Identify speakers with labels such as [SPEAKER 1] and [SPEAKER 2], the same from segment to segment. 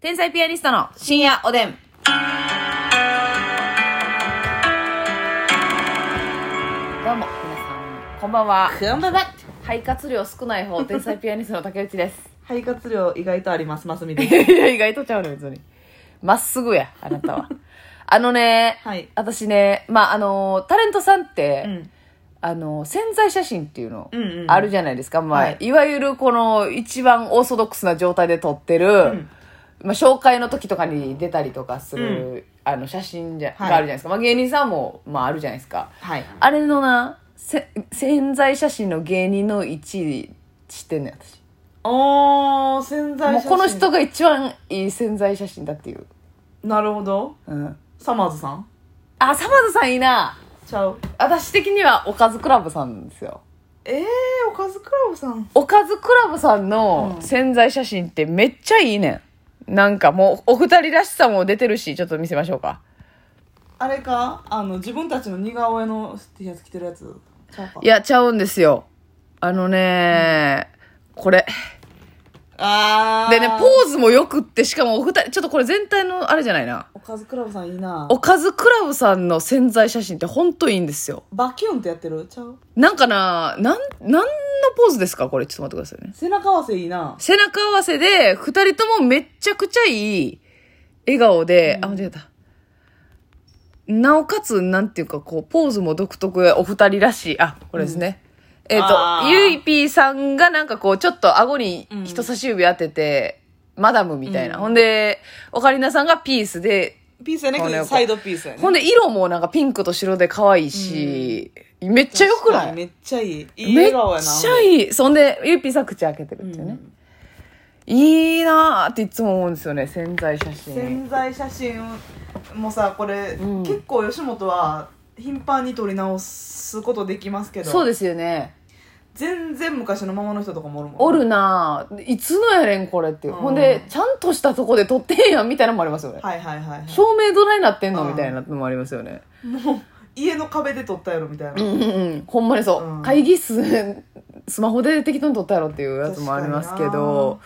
[SPEAKER 1] 天才ピアニストの深夜おでん。どうも、皆さん、こんばんは。
[SPEAKER 2] クンババ
[SPEAKER 1] 肺活量少ない 方、天才ピアニストの竹内です。
[SPEAKER 2] 肺活量意外とあります、ますみで
[SPEAKER 1] い やいや意外とちゃうね、別に。まっすぐや、あなた は。あのね、
[SPEAKER 2] はい
[SPEAKER 1] 私ね、まあ、あの、タレントさんって、
[SPEAKER 2] うん。
[SPEAKER 1] あの、潜在写真っていうの
[SPEAKER 2] うんうんう、ん
[SPEAKER 1] あるじゃないですか。まあ、
[SPEAKER 2] はいい、
[SPEAKER 1] わゆるこの、一番オーソドックスな状態で撮ってる、
[SPEAKER 2] ん
[SPEAKER 1] まあ、紹介の時とかに出たりとかする、あの、写真じゃ、
[SPEAKER 2] は
[SPEAKER 1] があ
[SPEAKER 2] い
[SPEAKER 1] るじゃないですか。まあ、芸人さんも、まあ、あるじゃないですか。
[SPEAKER 2] はい。
[SPEAKER 1] あれのな、せ潜在写真の芸人の1位知ってんねん、私。
[SPEAKER 2] おー、潜在
[SPEAKER 1] も
[SPEAKER 2] 写
[SPEAKER 1] う
[SPEAKER 2] 真。
[SPEAKER 1] この人。が一番いい潜在写真だっていう。
[SPEAKER 2] なるほど。
[SPEAKER 1] うん。
[SPEAKER 2] サマーズさん
[SPEAKER 1] あ、サマズさんいいな。
[SPEAKER 2] ちゃう。
[SPEAKER 1] 私的にはおかずクラブさんですよ。
[SPEAKER 2] えー、おかずクラブさん。
[SPEAKER 1] おかずクラブさんの潜在写真ってめっちゃいいねん。なんかもう、お二人らしさも出てるし、ちょっと見せましょうか。
[SPEAKER 2] あれかあの、自分たちの似顔絵の T シャツ着てるやつ。ちゃうか
[SPEAKER 1] いや、ちゃうんですよ。あのね、これ。
[SPEAKER 2] あー。
[SPEAKER 1] でね、ポーズもよくって、しかもお二人、ちょっとこれ全体のあれじゃないな。
[SPEAKER 2] おかずクラブさんいいな。
[SPEAKER 1] おかずクラブさんの潜在写真ってほんといいんですよ。
[SPEAKER 2] バキュンってやってるちゃう。
[SPEAKER 1] なんかな、なん、なんのポーズですかこれ、ちょっと待ってくださいね。
[SPEAKER 2] 背中合わせいいな。
[SPEAKER 1] 背中合わせで、二人ともめっちゃくちゃいい笑顔で、あ、間違えた。なおかつ、なんていうか、こう、ポーズも独特で、お二人らしい。あ、これですね。えっ、
[SPEAKER 2] あ
[SPEAKER 1] と、
[SPEAKER 2] ー
[SPEAKER 1] ゆいぴーさんがなんかこう、ちょっと顎に人差し指当てて、マダムみたいな。
[SPEAKER 2] うん
[SPEAKER 1] ほんで、オカリナさんがピースで、
[SPEAKER 2] ピースやねん
[SPEAKER 1] こ
[SPEAKER 2] け
[SPEAKER 1] の
[SPEAKER 2] ど、
[SPEAKER 1] 横
[SPEAKER 2] サイドピースやね。
[SPEAKER 1] ほんで色もなんかピンクと白で可愛いし、めっちゃ良くない
[SPEAKER 2] めっちゃいい。いい
[SPEAKER 1] めっ
[SPEAKER 2] 笑顔やな。
[SPEAKER 1] ちゃいい。そんで、ゆっぴーさん口開けてるっていうね。いいなーっていつも思うんですよね、潜在写真。
[SPEAKER 2] 潜在写真もさこれ、
[SPEAKER 1] うん
[SPEAKER 2] 結構吉本は頻繁に撮り直すことできますけど
[SPEAKER 1] そうですよね。
[SPEAKER 2] 全然昔のままの人とかもおるもん
[SPEAKER 1] おるなーいつのやねん、これっていう。
[SPEAKER 2] うん
[SPEAKER 1] ほんで、ちゃんとしたとこで撮ってんやん、みたいなのもありますよね。
[SPEAKER 2] はいはいはい、はい、
[SPEAKER 1] 照明どないなってんの
[SPEAKER 2] うん
[SPEAKER 1] みたいなのもありますよね。
[SPEAKER 2] もう家の壁で撮ったやろみたいな、
[SPEAKER 1] うんうんほんまにそう。
[SPEAKER 2] うん
[SPEAKER 1] 会議室、スマホで適当に撮ったやろっていうやつもありますけど、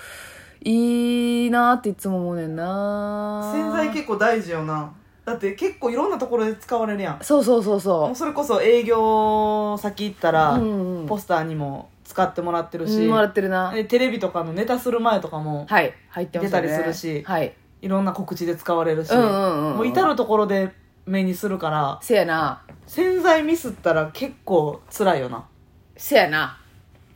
[SPEAKER 1] いいなーっていつも思うねんな
[SPEAKER 2] 潜在結構大事よなだって結構いろんなところで使われるやん
[SPEAKER 1] そうそうそう
[SPEAKER 2] も
[SPEAKER 1] そう
[SPEAKER 2] それこそ営業先行ったら、
[SPEAKER 1] う。うんうん。
[SPEAKER 2] ポスターにも使ってもらってるし、
[SPEAKER 1] うんもらってるな。
[SPEAKER 2] でテレビとかのネタする前とかも
[SPEAKER 1] はい。入ってましたね。
[SPEAKER 2] 出たりするし
[SPEAKER 1] はい。
[SPEAKER 2] いろんな告知で使われるし、
[SPEAKER 1] うんうんうん。
[SPEAKER 2] もう至る所で目にするから
[SPEAKER 1] せやな。
[SPEAKER 2] 洗剤ミスったら結構辛いよな、
[SPEAKER 1] せやな。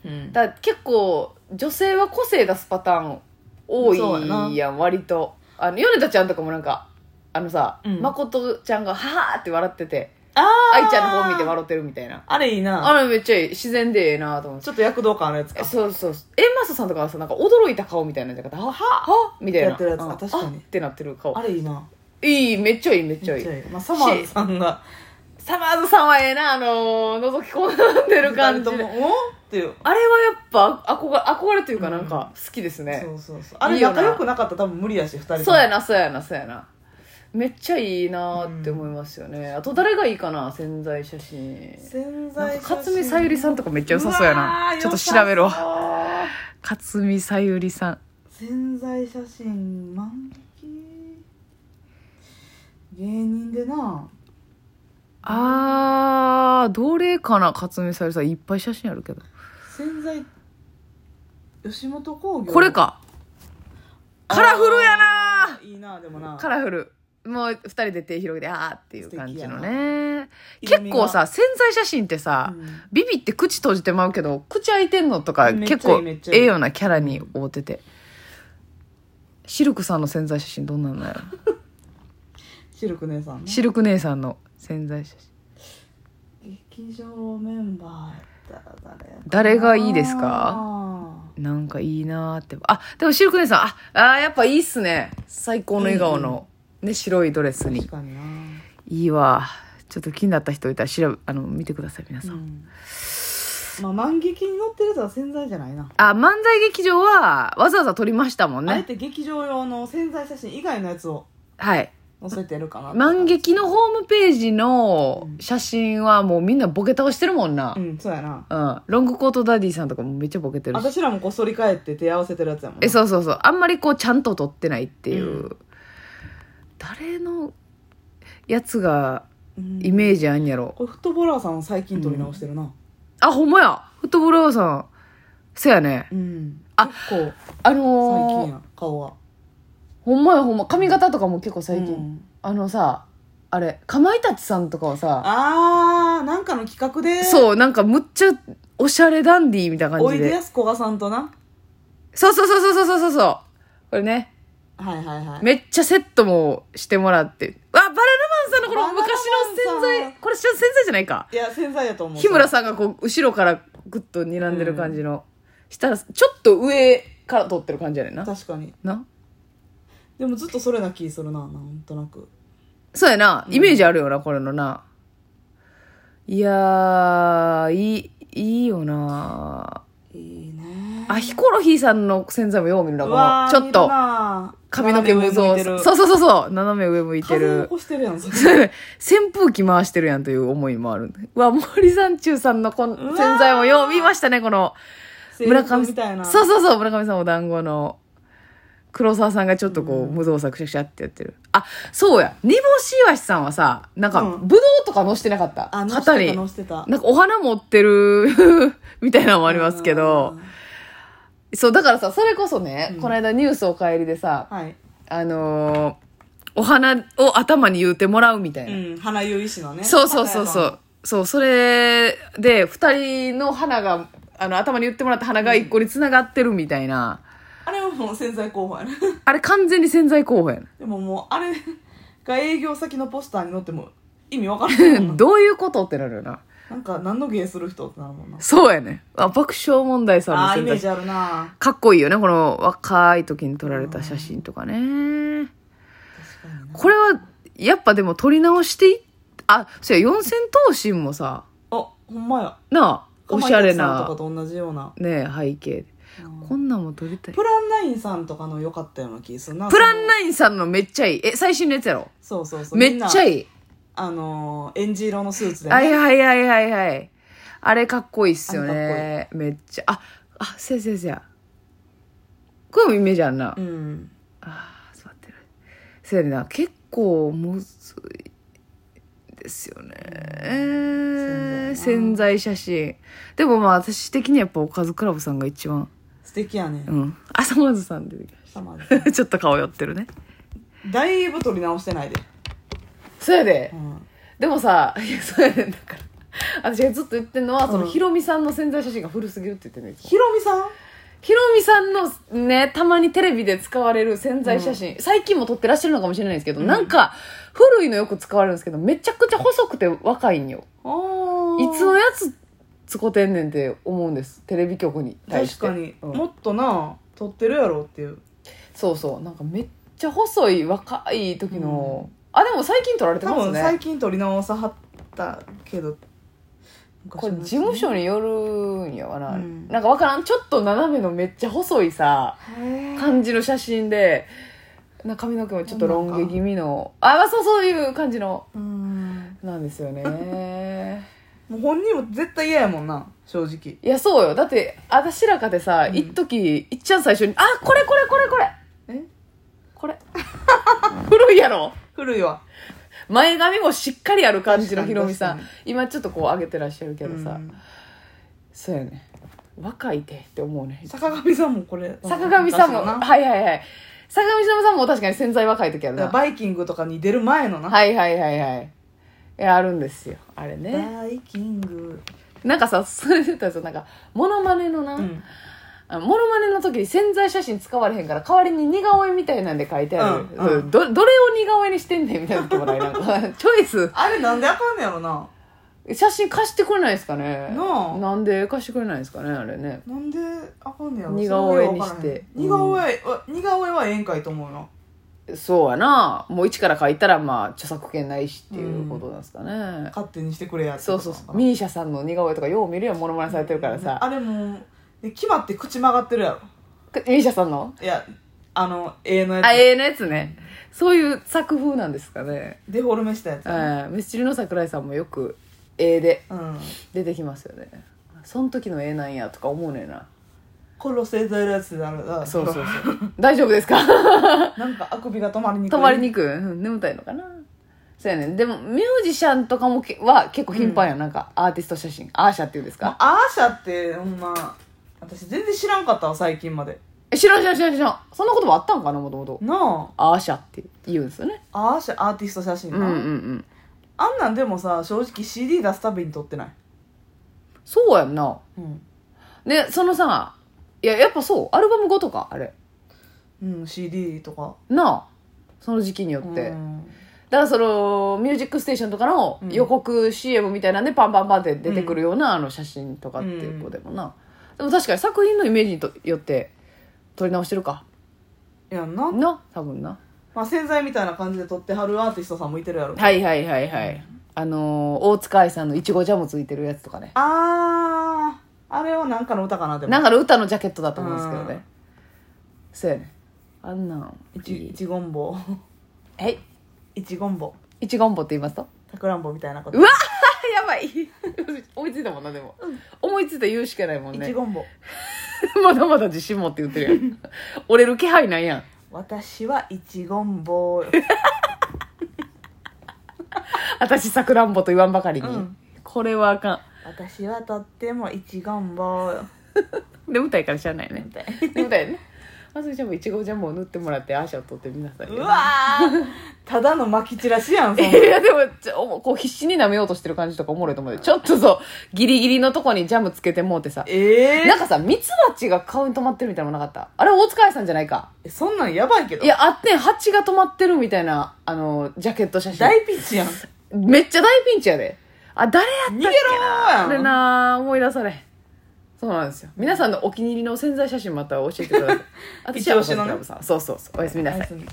[SPEAKER 2] うん、
[SPEAKER 1] だから結構、女性は個性出すパターン多
[SPEAKER 2] そうやない
[SPEAKER 1] やん、割と。あの、米田ちゃんとかもなんか、あのさ、
[SPEAKER 2] うん
[SPEAKER 1] 誠ちゃんが、はーって笑ってて、
[SPEAKER 2] ああ
[SPEAKER 1] 愛ちゃんの方見て笑ってるみたいな。
[SPEAKER 2] あれいいな
[SPEAKER 1] あれめっちゃいい。自然でええなと思って。
[SPEAKER 2] ちょっと躍動感あるやつか
[SPEAKER 1] そうそうそう。エンマスさんとかはさ、なんか驚いた顔みたいなんじゃなくて、はははみたいな。
[SPEAKER 2] やってるやつ
[SPEAKER 1] うん
[SPEAKER 2] あ確かに
[SPEAKER 1] あってなってる顔
[SPEAKER 2] あ。れいいない
[SPEAKER 1] い、めっちゃいい、めっちゃいい。
[SPEAKER 2] めっまあ、サマーズさんが
[SPEAKER 1] サマーズさんはええな、あのー、覗き込んでる感じ
[SPEAKER 2] 二人と
[SPEAKER 1] で。
[SPEAKER 2] もおっていう
[SPEAKER 1] あれはやっぱ憧れ、憧れというかなんか好きですね
[SPEAKER 2] そ。うそうそうあ
[SPEAKER 1] い
[SPEAKER 2] れ
[SPEAKER 1] いよな
[SPEAKER 2] 仲良くなかったら多分無理やし二人とも
[SPEAKER 1] そうやな、そうやな、そうやな。めっちゃいいなって思いますよね。あと誰がいいかな、潜在写真。
[SPEAKER 2] 洗
[SPEAKER 1] なん
[SPEAKER 2] 剤
[SPEAKER 1] か勝見さゆりさんとかめっちゃ良さそうやな。ちょっと調べるわ。
[SPEAKER 2] わ
[SPEAKER 1] 勝見さゆりさん。
[SPEAKER 2] 洗剤写真満喫芸人でな
[SPEAKER 1] あー、どれかな、勝見さゆりさん。いっぱい写真あるけど。
[SPEAKER 2] 洗剤吉本興業
[SPEAKER 1] これか。カラフルやなー
[SPEAKER 2] いいなでもな
[SPEAKER 1] カラフル。もう二人で手広げて、あーっていう感じのね。
[SPEAKER 2] 素敵やな
[SPEAKER 1] 結構さ、潜在写真ってさ、
[SPEAKER 2] うん
[SPEAKER 1] ビビって口閉じてまうけど、口開いてんのとか
[SPEAKER 2] めっちゃいい
[SPEAKER 1] 結構
[SPEAKER 2] めっ
[SPEAKER 1] え
[SPEAKER 2] ちゃいい
[SPEAKER 1] えようなキャラに合うてて。シルクさんの潜在写真どんなんだよ。
[SPEAKER 2] シルク姉さんね
[SPEAKER 1] シルク姉さんの潜在写真。
[SPEAKER 2] 劇場メンバーやったら誰かな
[SPEAKER 1] 誰がいいですかなんかいいなーって。あ、でもシルク姉さん、あ、あーやっぱいいっすね。最高の笑顔の。ね、白いドレス
[SPEAKER 2] 確
[SPEAKER 1] に。
[SPEAKER 2] かにな、
[SPEAKER 1] いいわ。ちょっと気になった人いたら調べ、あの、見てください、皆さん
[SPEAKER 2] うんまあ万劇に載ってるやつは潜在じゃないな、
[SPEAKER 1] あ、漫才劇場はわざわざ撮りましたもん
[SPEAKER 2] あえ
[SPEAKER 1] ね。
[SPEAKER 2] て劇場用の潜在写真以外のやつを
[SPEAKER 1] はい。
[SPEAKER 2] 載せてるかなって
[SPEAKER 1] 万劇のホームページの写真はもうみんなボケ倒してるもんな
[SPEAKER 2] う。んそうやな
[SPEAKER 1] うん。ロングコートダディさんとかもめっちゃボケてるし。
[SPEAKER 2] 私らもこっそり帰って手合わせてるやつやもんな
[SPEAKER 1] え、そうそうそう。あんまりこうちゃんと撮ってないっていう。
[SPEAKER 2] う
[SPEAKER 1] 誰のやつが
[SPEAKER 2] うん
[SPEAKER 1] イメージあんやろ。
[SPEAKER 2] これフットボラーさん最近撮り直してるな
[SPEAKER 1] あ、ほんまやフットボールアワーさん。せやね。
[SPEAKER 2] うん
[SPEAKER 1] あ
[SPEAKER 2] 結構
[SPEAKER 1] あ
[SPEAKER 2] 最
[SPEAKER 1] の
[SPEAKER 2] 近
[SPEAKER 1] ー、
[SPEAKER 2] や顔は
[SPEAKER 1] ほんまやほんま。髪型とかも結構最近。
[SPEAKER 2] うん
[SPEAKER 1] あのさ、あれ、かまいたちさんとかはさ、
[SPEAKER 2] あーなんかの企画で
[SPEAKER 1] そう、なんかむっちゃおしゃれダンディーみたいな感
[SPEAKER 2] お
[SPEAKER 1] じ
[SPEAKER 2] いでや
[SPEAKER 1] で。
[SPEAKER 2] すこがさんとな
[SPEAKER 1] そうそうそうそうそうそうそう。これね、
[SPEAKER 2] はいはいはい
[SPEAKER 1] めっちゃセットもしてもらって。あ、バナナマンさんのこの昔の
[SPEAKER 2] バナナマンさん
[SPEAKER 1] 洗剤、これ洗剤じゃないか。
[SPEAKER 2] いや洗剤やと思う
[SPEAKER 1] 日村さんがこう、後ろからグッと睨んでる感じの。したら、ちょっと上から撮ってる感じやねんな。
[SPEAKER 2] 確かに
[SPEAKER 1] な
[SPEAKER 2] でもずっとそれな気するななんとなく
[SPEAKER 1] そうやな、イメージあるよな、これのな。いやー、いい、いいよない
[SPEAKER 2] いね
[SPEAKER 1] あ、ヒコロヒーさんの洗剤もよう見るな、
[SPEAKER 2] う
[SPEAKER 1] こ
[SPEAKER 2] わ
[SPEAKER 1] の、
[SPEAKER 2] ー
[SPEAKER 1] ちょっと
[SPEAKER 2] 見る、な
[SPEAKER 1] 髪の毛無造
[SPEAKER 2] 斜め上向いて
[SPEAKER 1] 作。
[SPEAKER 2] る
[SPEAKER 1] そうそうそうそう、斜め上向いて
[SPEAKER 2] 風を
[SPEAKER 1] る
[SPEAKER 2] 起。こしてるやんそれ
[SPEAKER 1] 扇風機回してるやんという思いもある。うわ、森三中さんのこの
[SPEAKER 2] うわー
[SPEAKER 1] 洗剤もよう見ましたね、この、村上
[SPEAKER 2] 制服みたいな
[SPEAKER 1] そうそうそう、村上さんお団子の。黒沢さんがちょっとこう、無造作シャシャってやってる。あ、そうや。煮干しわしさんはさ、なんか、
[SPEAKER 2] うん
[SPEAKER 1] ぶどうとかのしてなかった。
[SPEAKER 2] あ乗
[SPEAKER 1] 肩
[SPEAKER 2] せてた
[SPEAKER 1] に。
[SPEAKER 2] 乗せてた
[SPEAKER 1] なんかお花持ってる、 みたいなのもありますけど。そう、だからさ、それこそね、
[SPEAKER 2] うん
[SPEAKER 1] この間ニュースお帰りでさ、
[SPEAKER 2] うんはい
[SPEAKER 1] あのーお花を頭に言うてもらうみたいな。
[SPEAKER 2] うん花優衣氏のね
[SPEAKER 1] そうそうそうそ
[SPEAKER 2] 片山
[SPEAKER 1] う。そう、それで、二人の花が、あの、頭に言ってもらった花が一個に繋がってるみたいな。
[SPEAKER 2] あれはもう洗剤候補やね
[SPEAKER 1] あれ完全に潜在候補や
[SPEAKER 2] でももうあれが営業先のポスターに載っても意味わからんもん
[SPEAKER 1] な。
[SPEAKER 2] な
[SPEAKER 1] どういうことってなるよな。
[SPEAKER 2] なんか何の芸する人ってなるもんな
[SPEAKER 1] そうやね。あ、爆笑問題さんの
[SPEAKER 2] あーイ
[SPEAKER 1] 潜
[SPEAKER 2] メー
[SPEAKER 1] 在
[SPEAKER 2] ジあるな
[SPEAKER 1] かっこいいよね。この若い時に撮られた写真とかね。
[SPEAKER 2] 確かにな
[SPEAKER 1] これは、やっぱでも撮り直していっあ、そうや、四千頭身もさ、
[SPEAKER 2] あほんまや
[SPEAKER 1] なあ、おしゃれ
[SPEAKER 2] かまいたちさんと
[SPEAKER 1] な
[SPEAKER 2] か、と同じような
[SPEAKER 1] ね、背景。
[SPEAKER 2] うん
[SPEAKER 1] こんなんも撮りたい。
[SPEAKER 2] プランナインさんとかの良かったような気するな
[SPEAKER 1] プラン
[SPEAKER 2] イン
[SPEAKER 1] ナインさんのめっちゃいい。え、最新のやつやろ
[SPEAKER 2] そうそうそう
[SPEAKER 1] めっちゃ
[SPEAKER 2] い
[SPEAKER 1] いい。
[SPEAKER 2] あのー、エンジ色のスーツで、ね
[SPEAKER 1] はいはいはいはいはい。あれかっこいいっすよ
[SPEAKER 2] あれ
[SPEAKER 1] ね。めっちゃ。あ、あ、せやせやせや。これもイメージあるな。
[SPEAKER 2] うん
[SPEAKER 1] あー、座ってる。せやねんな。結構むずいですよね。
[SPEAKER 2] ん
[SPEAKER 1] 潜在写真。でもまあ私的にはやっぱおかずクラブさんが一番。
[SPEAKER 2] 素敵やね、
[SPEAKER 1] うん。朝まずさん出てき
[SPEAKER 2] さまぁず
[SPEAKER 1] ま した。ちょっと顔寄ってるね。
[SPEAKER 2] だいぶ取り直してないで、
[SPEAKER 1] そうやで
[SPEAKER 2] う。ん、
[SPEAKER 1] でもさ、いや、そうやねんだから。私がずっと言ってんのは、その、
[SPEAKER 2] うん
[SPEAKER 1] ヒロミさんの潜在写真が古すぎるって言ってんのよいつも
[SPEAKER 2] ひろみさん
[SPEAKER 1] ヒロミさんのね、たまにテレビで使われる潜在写真、最近も撮ってらっしゃるのかもしれないですけど、
[SPEAKER 2] うん
[SPEAKER 1] なんか、古いのよく使われるんですけど、めちゃくちゃ細くて若いんよ。
[SPEAKER 2] お
[SPEAKER 1] いつのやつ使てんねんって思うんです。テレビ局に対し
[SPEAKER 2] 確
[SPEAKER 1] て。
[SPEAKER 2] かに、
[SPEAKER 1] うん
[SPEAKER 2] もっとな取ってるやろっていう
[SPEAKER 1] そうそう。なんかめっちゃ細い若い時の、あ、でも最近撮られて
[SPEAKER 2] 多
[SPEAKER 1] ます
[SPEAKER 2] 分
[SPEAKER 1] ね
[SPEAKER 2] 最。近取り直さはったけど
[SPEAKER 1] こ
[SPEAKER 2] 昔
[SPEAKER 1] れ
[SPEAKER 2] のや
[SPEAKER 1] 事務
[SPEAKER 2] つね
[SPEAKER 1] 所によるんやわな。
[SPEAKER 2] うん
[SPEAKER 1] なんかわからん。ちょっと斜めのめっちゃ細いさ、
[SPEAKER 2] へー
[SPEAKER 1] 感じの写真で、な髪の毛もちょっとロン毛気味の、あ、まあそうそういう感じの。
[SPEAKER 2] うん
[SPEAKER 1] なんですよね
[SPEAKER 2] もう本人も絶対嫌やもんな正直
[SPEAKER 1] いやそうよだって私らかでさ
[SPEAKER 2] うん
[SPEAKER 1] 一時、いっちゃん最初に「あこれこれこれこれ
[SPEAKER 2] え
[SPEAKER 1] これ 古いやろ
[SPEAKER 2] 古いわ
[SPEAKER 1] 前髪もしっかりある感じの
[SPEAKER 2] 確かに
[SPEAKER 1] ひろみさん
[SPEAKER 2] 確か
[SPEAKER 1] 今ちょっとこう上げてらっしゃるけどさ、
[SPEAKER 2] うん
[SPEAKER 1] そうやね若いてって思うね
[SPEAKER 2] 坂上さんもこれ
[SPEAKER 1] 坂上さんも
[SPEAKER 2] 昔のな
[SPEAKER 1] はいはいはい坂上さんも確かに潜在若い時ある
[SPEAKER 2] だか
[SPEAKER 1] な
[SPEAKER 2] らバイキングとかに出る前のな、
[SPEAKER 1] はいはいはいはいいやあるんですよあれね
[SPEAKER 2] バイキング、
[SPEAKER 1] なんかさそれで言ったらさなんかモノマネのな、
[SPEAKER 2] うん、
[SPEAKER 1] あのモノマネの時に潜在写真使われへんから代わりに似顔絵みたいなんで書いてある、
[SPEAKER 2] うんうん
[SPEAKER 1] うんどどれを似顔絵にしてんねんみたいな時もないなんか チョイス
[SPEAKER 2] あれなんであかんねやろな
[SPEAKER 1] 写真貸してくれないですかね
[SPEAKER 2] なあ
[SPEAKER 1] なんで貸してくれないですかねあれね
[SPEAKER 2] なんであかんねやろ
[SPEAKER 1] 似顔絵にして
[SPEAKER 2] それはよう分からへん似顔絵、は似顔絵はええんかいと思うな
[SPEAKER 1] そうやなもう一から書いたらまあ著作権ないしっていうことなんですかね、
[SPEAKER 2] 勝手にしてくれやって
[SPEAKER 1] そ
[SPEAKER 2] こ
[SPEAKER 1] う
[SPEAKER 2] と
[SPEAKER 1] そう
[SPEAKER 2] なの
[SPEAKER 1] そ
[SPEAKER 2] か
[SPEAKER 1] う
[SPEAKER 2] な
[SPEAKER 1] ミーシャさんの似顔絵とかよう見るやんモノマネされてるからさ
[SPEAKER 2] あれもう決まって口曲がってるやろ
[SPEAKER 1] ミーシャさんの
[SPEAKER 2] いやあの絵のやつ
[SPEAKER 1] あ永遠のやつねそういう作風なんですかね。
[SPEAKER 2] デフォルメしたやつ、
[SPEAKER 1] ええミスチルの桜井さんもよく絵で
[SPEAKER 2] うん
[SPEAKER 1] 出てきますよね。その時の絵なんやとか思うねんな。
[SPEAKER 2] 殺せざるやつになるな
[SPEAKER 1] そう そうそう。大丈夫ですか
[SPEAKER 2] なんかあくびが止まりにくい
[SPEAKER 1] 泊まりに行くい、うん眠たいのかなそうやねんでもミュージシャンとかもけは結構頻繁やん、なんかアーティスト写真アーシャっていうんです
[SPEAKER 2] ま
[SPEAKER 1] か、
[SPEAKER 2] あアーシャってほんま私全然知らんかったわ最近まで
[SPEAKER 1] え知らん知らん知らん知らんそんな言葉あったんかなもともと
[SPEAKER 2] な
[SPEAKER 1] アーシャって言うんですよね
[SPEAKER 2] あアーシャアーティスト写真
[SPEAKER 1] う
[SPEAKER 2] な、
[SPEAKER 1] んうんうん
[SPEAKER 2] あんなんでもさ正直 CD 出すたびに撮ってない、
[SPEAKER 1] そうやんな
[SPEAKER 2] うん
[SPEAKER 1] でそのさいややっぱそうアルバム後とかあれ
[SPEAKER 2] うん、CD とか
[SPEAKER 1] なあその時期によって、
[SPEAKER 2] うん
[SPEAKER 1] だからその「ミュージックステーション」とかの
[SPEAKER 2] うん
[SPEAKER 1] 予告 CM みたいなんでパンパンパンって出てくるような、あの写真とかっていう子でもな、でも確かに作品のイメージにとよって撮り直してるか
[SPEAKER 2] やんな、
[SPEAKER 1] な多分な
[SPEAKER 2] まあ、洗剤みたいな感じで撮ってはるアーティストさんもいてるやろ
[SPEAKER 1] はいはいはいはいあのー大塚愛さんのいちごジャムついてるやつとかね
[SPEAKER 2] あーあれはなんかの歌かなでも
[SPEAKER 1] なんかの歌のジャケットだと思うんですけど
[SPEAKER 2] うん
[SPEAKER 1] ねそうやねあんなん
[SPEAKER 2] いちいちごん ぼう
[SPEAKER 1] はい
[SPEAKER 2] いちごんぼう
[SPEAKER 1] いちごんぼって言いますと
[SPEAKER 2] たくらんぼみたいなこと
[SPEAKER 1] うわあやばい 思いついたもんなでも、思いついた言うしかないもん
[SPEAKER 2] い
[SPEAKER 1] ね
[SPEAKER 2] ちごんぼ う
[SPEAKER 1] まだまだ自信持って言ってるやん折れる気配ないやん
[SPEAKER 2] 私はいちごんぼ う
[SPEAKER 1] 私さくらんぼと言わんばかりに、
[SPEAKER 2] うん
[SPEAKER 1] これはあか
[SPEAKER 2] 私はとってもいちごんぼうん
[SPEAKER 1] 眠たいから知らないね
[SPEAKER 2] みたい
[SPEAKER 1] 眠たいねまずちゃんもいちごジャムを塗ってもらってアーシャを取ってみなさいよ
[SPEAKER 2] うわー ただのまき散らしやん そん
[SPEAKER 1] い
[SPEAKER 2] な
[SPEAKER 1] やでもちょおもこう必死に舐めようとしてる感じとかおもろいと思うよちょっとそうギリギリのとこにジャムつけてもうてさ
[SPEAKER 2] え
[SPEAKER 1] なんかさミツバチが顔に止まってるみたいなのもなかったあれ大塚愛さんじゃないか
[SPEAKER 2] えそんなんやばいけど
[SPEAKER 1] いやあってん蜂が止まってるみたいなあのジャケット写真
[SPEAKER 2] 大ピンチやん逃
[SPEAKER 1] めっちゃ大ピンチやであ誰や
[SPEAKER 2] げろ
[SPEAKER 1] あ
[SPEAKER 2] ー
[SPEAKER 1] れ
[SPEAKER 2] やん
[SPEAKER 1] なあ思い出されへんそうなんですよ皆さんのお気に入りの宣材写真また教えてください
[SPEAKER 2] 一押しのね
[SPEAKER 1] 私はおやすみなさいそうそうそうおやすみな
[SPEAKER 2] お
[SPEAKER 1] さ
[SPEAKER 2] や
[SPEAKER 1] い
[SPEAKER 2] すみ